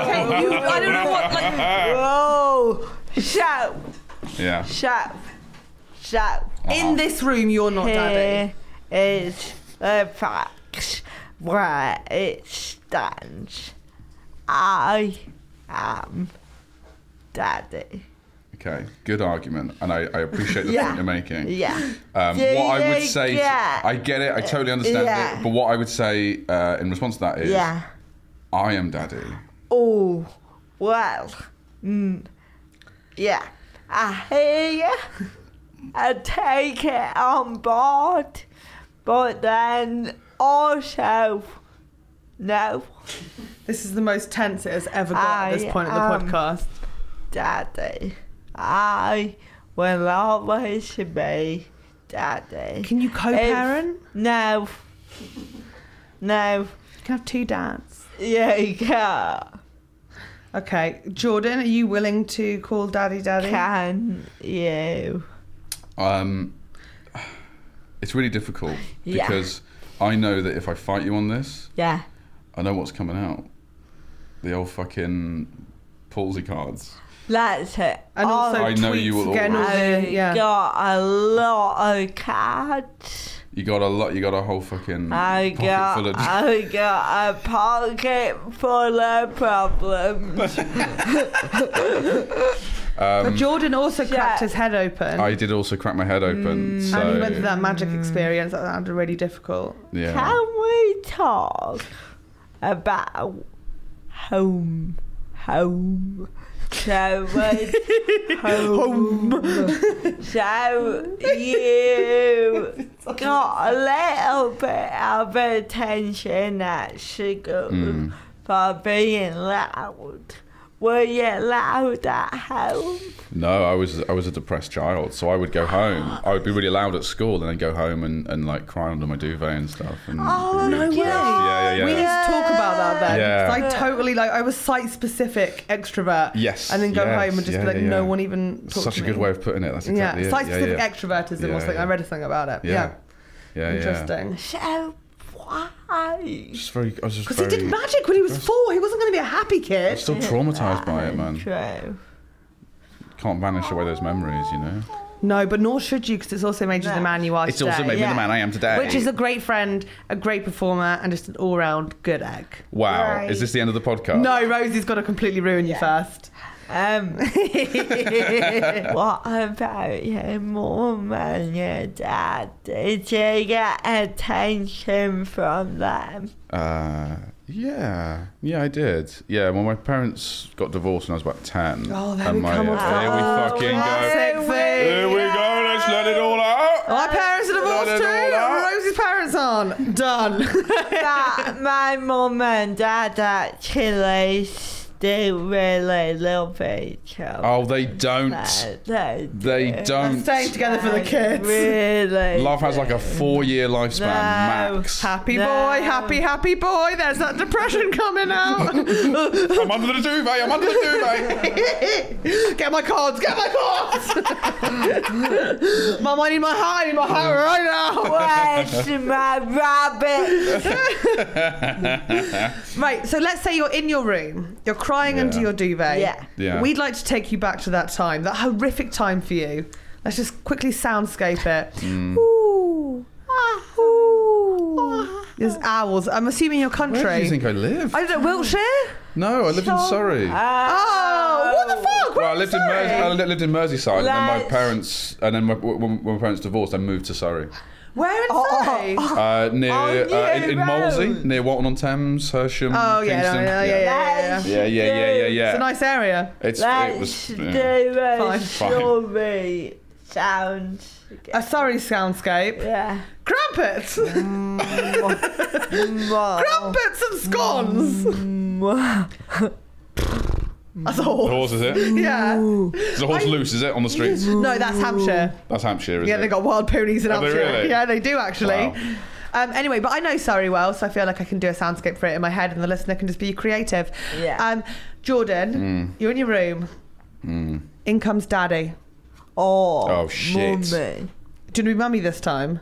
S5: *laughs* Okay, you, I don't know what like.
S4: Oh, shout,
S6: *laughs* Yeah. Ah.
S4: shout, shout.
S5: In this room, you're not daddy.
S4: Here is the facts where it stands. I am daddy.
S6: Okay. Good argument, and I, I appreciate the point you're making.
S4: Yeah.
S6: Um,
S4: Do
S6: what I would
S4: you
S6: say,
S4: get-
S6: I get it. I totally understand
S4: Yeah.
S6: it. But what I would say uh, in response to that is,
S4: Yeah.
S6: I am daddy.
S4: Oh, well. Mm. Yeah. I hear you. I take it on board. But then also, no,
S5: This is the most tense it has ever got at this
S4: I
S5: point in the
S4: am-
S5: podcast.
S4: daddy. I will always be daddy.
S5: Can you co-parent?
S4: If- No. No.
S5: You can have two dads.
S4: Yeah, you can.
S5: Okay, Jordan, are you willing to call Daddy Daddy?
S4: Can you?
S6: Um, it's really difficult
S4: Yeah.
S6: because I know that if I fight you on this,
S4: Yeah.
S6: I know what's coming out. The old fucking palsy cards.
S4: That's it.
S5: And also,
S6: I know you
S5: tweets
S6: will
S5: again, all
S6: always-
S5: the- yeah.
S4: got a lot of cards.
S6: You got a lot. You got a whole fucking
S4: I
S6: Mm, pocket
S4: got, *laughs*
S6: full of.
S4: I got a pocket full of problems.
S5: But Jordan also cracked his head open.
S6: *laughs* Um, I did also crack my head open. so
S5: and he went through that magic experience. That sounded really difficult.
S6: yeah.
S4: Can we talk about home? Home. So
S6: *laughs*
S4: much home. So
S6: *laughs*
S4: you got a little bit of attention at school
S6: Hmm.
S4: for being loud. Were you loud at home?
S6: No, I was I was a depressed child, so I would go home. I would be really loud at school, and then go home and, and like cry under my duvet and stuff. And oh no way! Yeah, yeah,
S5: We need
S6: yeah.
S5: to talk about that then.
S6: Yeah.
S5: 'Cause I totally like I was site specific extrovert.
S6: Yes,
S5: And then go
S6: yes,
S5: home and just
S6: yeah,
S5: be like,
S6: yeah,
S5: no
S6: yeah.
S5: one even talked
S6: Such
S5: to
S6: a good
S5: me.
S6: way of putting it. That's
S5: Yeah,
S6: exactly it.
S5: site specific
S6: yeah.
S5: extrovertism
S6: Yeah,
S5: or something.
S6: yeah.
S5: I read a thing about it.
S6: Yeah, yeah, yeah.
S5: Interesting.
S4: So why?
S6: Just very. I was just
S5: Because
S6: very.
S5: he did magic when he was four. He wasn't going to be a happy
S6: I'm
S5: kid.
S6: still traumatized by it, man.
S4: True.
S6: Can't banish away those memories, you know.
S5: No, but nor should you, because it's also made you the man you are
S6: It's
S5: today.
S6: also made me the man I am today.
S5: Which is a great friend, a great performer, and just an all-round good egg.
S6: wow. Is this the end of the podcast?
S5: No, Rosie's got to completely ruin you first. *laughs*
S4: Um, *laughs* what about your mum and your dad? Did you get attention from them?
S6: Uh, yeah, yeah, I did. Yeah, well, my parents got divorced when I was about ten.
S5: Oh, there
S6: and
S5: we
S6: my, uh,
S5: come. Oh,
S6: Here we fucking go.
S5: Classic
S6: Here
S5: thing.
S6: we go. Let's let it all out.
S5: My parents are
S6: Let
S5: divorced
S6: it
S5: too.
S6: all out.
S5: and Rosie's parents aren't. Done. *laughs*
S4: That my mum and dad actually still really love each other.
S6: Oh, they don't.
S4: No, they
S6: They don't.
S5: Staying together for the kids.
S4: really.
S6: Love has like a four-year lifespan
S4: No.
S6: max.
S5: Happy
S4: No.
S5: boy, happy, happy boy. There's that *laughs* depression coming out. *laughs*
S6: I'm under the duvet. I'm under the duvet.
S5: get my cards, *laughs* get my cards. Mum, I need my heart, I need my heart right now.
S4: Where's
S6: *laughs*
S4: my rabbit?
S5: Right, so let's say you're in your room, you're crying
S6: Yeah.
S5: under your duvet.
S4: Yeah.
S6: Yeah.
S5: We'd like to take you back to that time, that horrific time for you. Let's just quickly soundscape it.
S6: Mm.
S5: Ooh. Ah, ooh. There's owls. I'm assuming your country.
S6: Where do you think I live?
S5: I Ah, don't know, Wiltshire?
S6: no, I lived in Surrey.
S5: Oh, what the fuck?
S6: Well, I lived in, Mers- I li- lived in Merseyside, and then my
S4: Let's-
S6: parents, and then my, when, when my parents divorced, I moved to Surrey,
S5: Where in Surrey? Oh,
S6: uh, near uh, in, in
S4: New
S6: Molsey,
S4: Road.
S6: near Walton on Thames, Hersham.
S5: Oh, yeah, no,
S6: Kingston.
S5: yeah, yeah, yeah, yeah, yeah.
S4: Let's
S6: yeah, yeah, yeah, yeah,
S4: do-
S6: yeah.
S5: It's a nice area.
S6: It's
S4: Let's
S6: it was. Yeah.
S4: do a
S5: Fine.
S4: Surrey sound.
S5: A Surrey soundscape.
S4: Yeah.
S5: Crumpets!
S4: Mum.
S5: *laughs* Crumpets and scones! Mm. That's a
S6: The
S5: horse.
S6: horse is it?
S5: Yeah. No,
S6: Is the horse loose? Is it on the streets?
S5: that's Hampshire.
S6: That's Hampshire, is
S5: Yeah,
S6: it?
S5: they got wild ponies in
S6: Have they
S5: Hampshire.
S6: really?
S5: Yeah, they do actually.
S6: Wow.
S5: Um, anyway, but I know Surrey well, so I feel like I can do a soundscape for it in my head, and the listener can just be creative.
S4: Yeah.
S5: Um,
S6: Hmm.
S5: Jordan, you're in your room. In comes Daddy.
S4: Or
S6: Oh, shit.
S4: Mummy.
S5: Do you know mummy this time?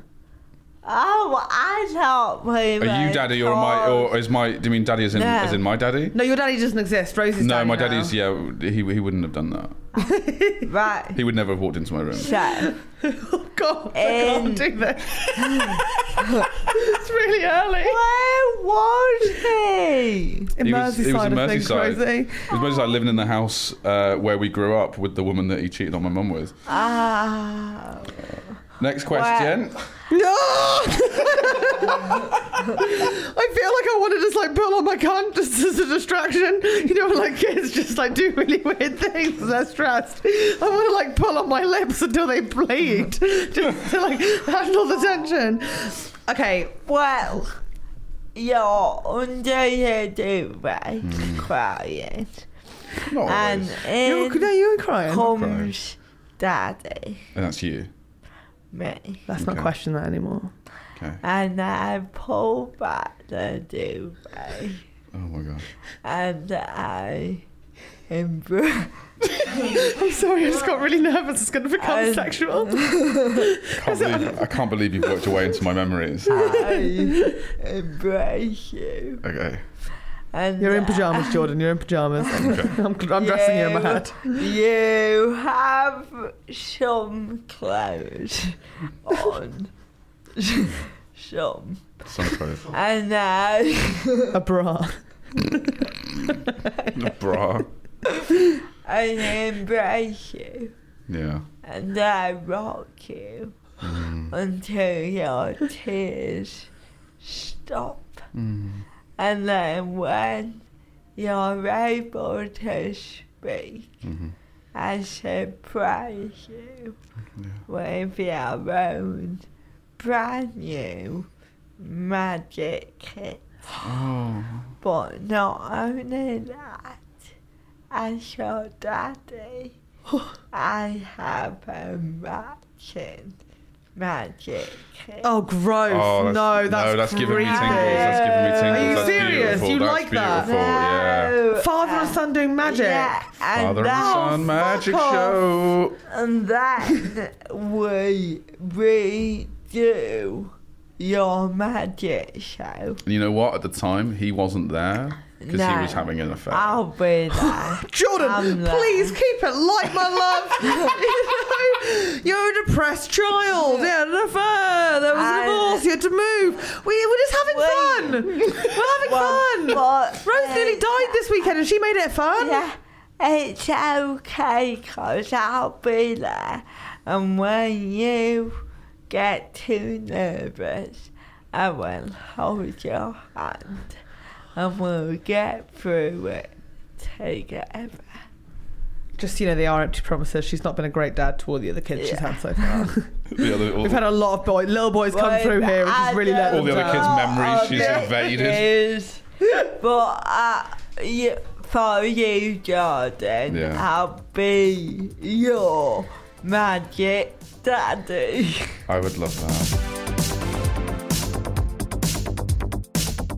S4: Oh, I thought we
S6: Are you daddy or am I or is my? Do you mean daddy as in
S4: No.
S6: as in my daddy?
S5: No, your daddy doesn't exist. Rosie's
S6: No,
S5: daddy
S6: my
S5: now.
S6: daddy's yeah. He he wouldn't have done that.
S4: Right.
S6: He would never have walked into my room.
S4: So,
S5: *laughs* Oh God, I
S4: Um,
S5: can't do
S4: *laughs*
S5: this. it's really early.
S4: where was he?
S5: In
S6: He was, he was in
S5: Merseyside, I think,
S6: Merseyside.
S5: Rosie.
S6: He was Merseyside living in the house uh, where we grew up with the woman that he cheated on my mum with.
S4: Ah.
S6: Next question.
S5: No! Ah! *laughs* I feel like I want to just like pull on my cunt *laughs* just as a distraction. You know, like kids just like do really weird things as they're stressed. I want to like pull on my lips until they bleed, *laughs* just to like handle the tension. Okay,
S4: Well, you're under your duvet
S6: Hmm.
S4: crying.
S6: Not
S4: And
S6: always.
S5: you
S4: in
S5: no, you were crying.
S4: comes daddy,
S6: And that's you.
S4: me.
S5: Let's not question that anymore.
S6: Okay.
S4: And I pull back the duvet
S5: *laughs*
S6: Oh my god.
S4: and I and bro-
S5: I'm sorry, I just got really nervous. It's going to become
S4: Um,
S5: sexual.
S6: Can't believe, I can't believe you've worked your way into my memories.
S5: Ah.
S4: *laughs* I embrace you.
S6: Okay.
S4: And
S5: You're in pajamas, Jordan. You're in pajamas. *laughs* I'm, I'm dressing you in my hat.
S4: You have some clothes
S5: *laughs*
S4: on. some.
S6: Some clothes.
S5: *laughs*
S4: And uh,
S5: A bra.
S6: A bra.
S4: I embrace you.
S6: Yeah.
S4: And I rock you until your tears stop. And then when you're able to speak, I surprise you with your own brand new magic kit.
S5: Oh.
S4: But not only that, as your daddy, I have a matching magic kit.
S5: Oh, gross.
S6: Oh, that's,
S5: no, that's
S6: no, that's giving me tingles.
S5: creepy.
S6: That's giving me tingles.
S5: Are you
S6: that's
S5: serious?
S6: Beautiful.
S5: You
S6: that's
S5: like that?
S6: beautiful. Yeah.
S5: Father and son doing magic.
S4: Yeah, and
S6: Father and
S4: that-
S6: son magic
S5: off.
S6: show.
S4: And then we redo your magic show.
S6: And you know what? At the time, he wasn't there because he
S4: No.
S6: was having an affair.
S5: Oh.
S4: I'll be there.
S5: Jordan,
S4: I'm there.
S5: please keep it light, my
S4: *laughs*
S5: love. you know, *laughs* you're a depressed child. Yeah, an affair. There was a
S4: I-
S5: divorce. You had to move. We were just having fun.
S4: Well-
S5: We're having fun.
S4: But,
S5: Rose nearly died this weekend, and she made it fun.
S4: Yeah, it's okay, cause I'll be there. And when you get too nervous, I will hold your hand, and we'll get through it together.
S5: Just you know, they are empty promises. She's not been a great dad to all the other kids she's had so
S6: *laughs*
S5: far.
S6: The other- all,
S5: We've had a lot of boy, little boys come
S4: Well,
S5: through here, which
S4: I
S5: is really let
S6: all
S5: them
S6: the other
S5: down.
S6: kids' memories
S4: Oh,
S6: she's
S4: this
S6: invaded.
S4: is. But uh, you, for you, Jordan,
S6: Yeah.
S4: I'll be your magic daddy. *laughs*
S6: I would love that.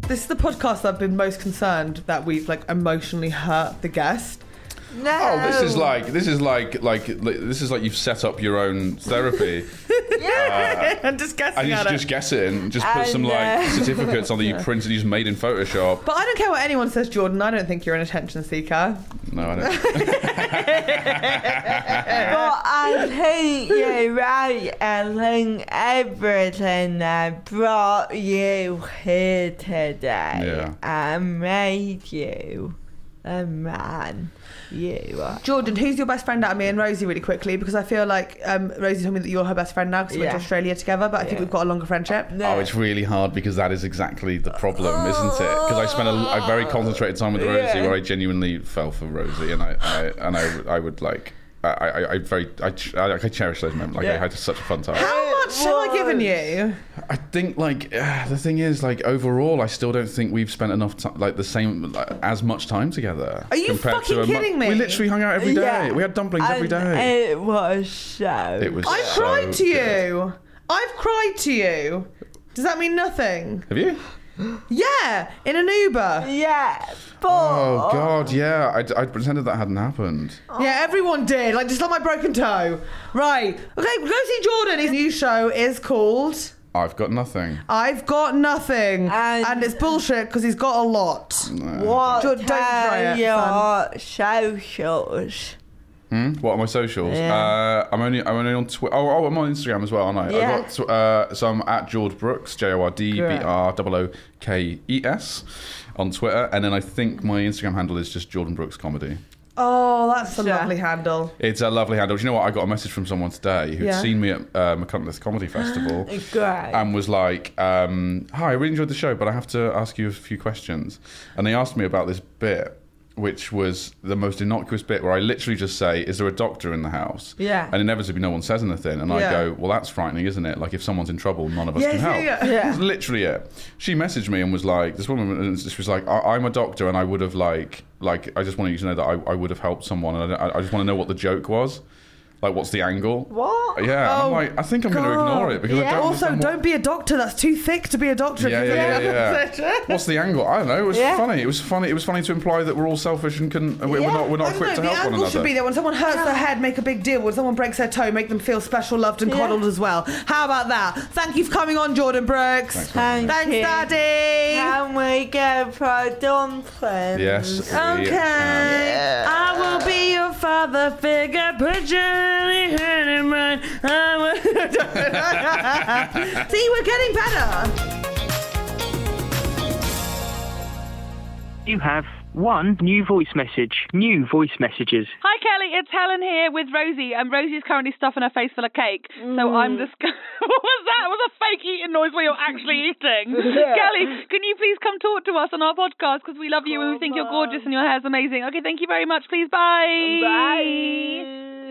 S5: This is the podcast I've been most concerned that we've like emotionally hurt the guest. *laughs*
S4: No.
S6: Oh, this is like this is like like li- this is like you've set up your
S5: *laughs*
S6: own therapy uh,
S5: and just
S6: and
S5: guessing
S6: you
S5: at it.
S6: just guess it and just put some
S4: And,
S6: like
S5: *laughs*
S4: uh,
S6: certificates on that you printed you just made in Photoshop.
S5: But I don't care what anyone says, Jordan. I don't think you're an attention seeker. *laughs*
S6: No, I don't.
S4: But I think you're right. I think everything that brought you here today
S6: Yeah.
S4: and made you the man you are.
S5: Jordan, who's your best friend out of me and Rosie really quickly? Because I feel like um, Rosie told me that you're her best friend now because we went to
S4: Yeah.
S5: Australia together, but I think we've got a longer friendship.
S6: Oh, it's really hard because that is exactly the problem, isn't it? Because I spent a, a very concentrated time with Rosie where I genuinely fell for Rosie, and I, I and I, I would like. I, I, I very I, ch- I, I cherish those moments. Like I had such a fun time.
S5: How much have I given you?
S6: I think like uh, the thing is like overall, I still don't think we've spent enough time, like the same like, as much time together.
S5: Are you fucking
S6: mu-
S5: kidding me?
S6: We literally hung out every day.
S4: Yeah.
S6: We had dumplings every
S4: And
S6: day.
S4: It was so.
S6: It was.
S5: I've
S6: so
S5: cried to
S6: good.
S5: you. I've cried to you. Does that mean nothing?
S6: Have you?
S5: Yeah, in an Uber.
S4: yeah, but
S6: Oh God, yeah. I, I pretended that hadn't happened.
S5: Yeah, everyone did. Like, just like my broken toe. Right. Okay, go see Jordan. His new show is called
S6: I've got nothing.
S5: I've Got Nothing. And,
S4: And-
S5: it's bullshit because he's got a lot.
S4: what
S5: Jordan, don't try
S4: are
S5: it,
S4: your socials?
S6: What are my socials?
S4: Mm-hmm. Yeah.
S6: Uh, I'm only I'm only on Twitter. Oh, oh, I'm on Instagram as well, aren't I?
S4: Yeah.
S6: I've got tw- uh, so I'm at George Brooks, J O R D B R O O K E S, on Twitter, and then I think my Instagram handle is just Jordan Brooks Comedy.
S5: Oh, that's a
S4: Sure.
S5: lovely handle.
S6: It's a lovely handle. Do you know what? I got a message from someone today who'd
S5: Yeah.
S6: seen me at uh, McContness
S5: *gasps*
S6: Comedy Festival
S4: Great.
S6: and was like, um, "Hi, I really enjoyed the show, but I have to ask you a few questions." And they asked me about this bit, which was the most innocuous bit, where I literally just say, "Is there a doctor in the house?"
S4: Yeah.
S6: And inevitably, no one says anything, and
S5: Yeah.
S6: I go, "Well, that's frightening, isn't it? Like if someone's in trouble, none of us
S5: Yeah,
S6: can
S5: yeah,
S6: help."
S5: yeah.
S4: Yeah.
S5: *laughs*
S6: That's literally it. She messaged me and was like, "This woman," and she was like, I- "I'm a doctor, and I would have like, like, I just wanted you to know that I, I would have helped someone, and I, I just want to know what the joke was." Like, what's the angle?
S4: What?
S6: Yeah. and I'm
S5: Oh,
S6: like, I think I'm going to ignore it because I don't
S5: also,
S6: understand what-
S5: don't be a doctor. That's too thick to be a doctor.
S6: Yeah, yeah, yeah, yeah. What's the angle? I don't know. It was
S4: Yeah.
S6: funny. It was funny. It was funny to imply that we're all selfish and couldn't. We're
S4: Yeah.
S6: not. We're
S5: I
S6: not
S5: don't
S6: equipped
S5: know,
S6: to
S5: the
S6: help one
S5: angle
S6: another.
S5: should be there. When someone hurts their head, make a big deal. When someone breaks their toe, make them feel special, loved, and
S4: Yeah.
S5: coddled as well. How about that? Thank you for coming on, Jordan Brooks.
S6: Thanks,
S4: Thank
S6: man.
S5: Thanks,
S4: you.
S5: Daddy.
S4: Can we go for a dumpling?
S6: Yes. we
S5: Okay.
S6: can.
S5: I will be your father figure. Put your hand in mine. I will- *laughs* See, we're getting better.
S1: You have one new voice message. New voice messages.
S2: Hi Kelly, it's Helen here with Rosie, and Rosie's currently stuffing her face full of cake. So I'm just. *laughs* what was that? It was a fake eating noise where you're actually eating. Kelly, can you please come talk to us on our podcast because we love you and we think you're gorgeous and your hair's amazing. Okay, thank you very much. Please, bye.
S4: Bye.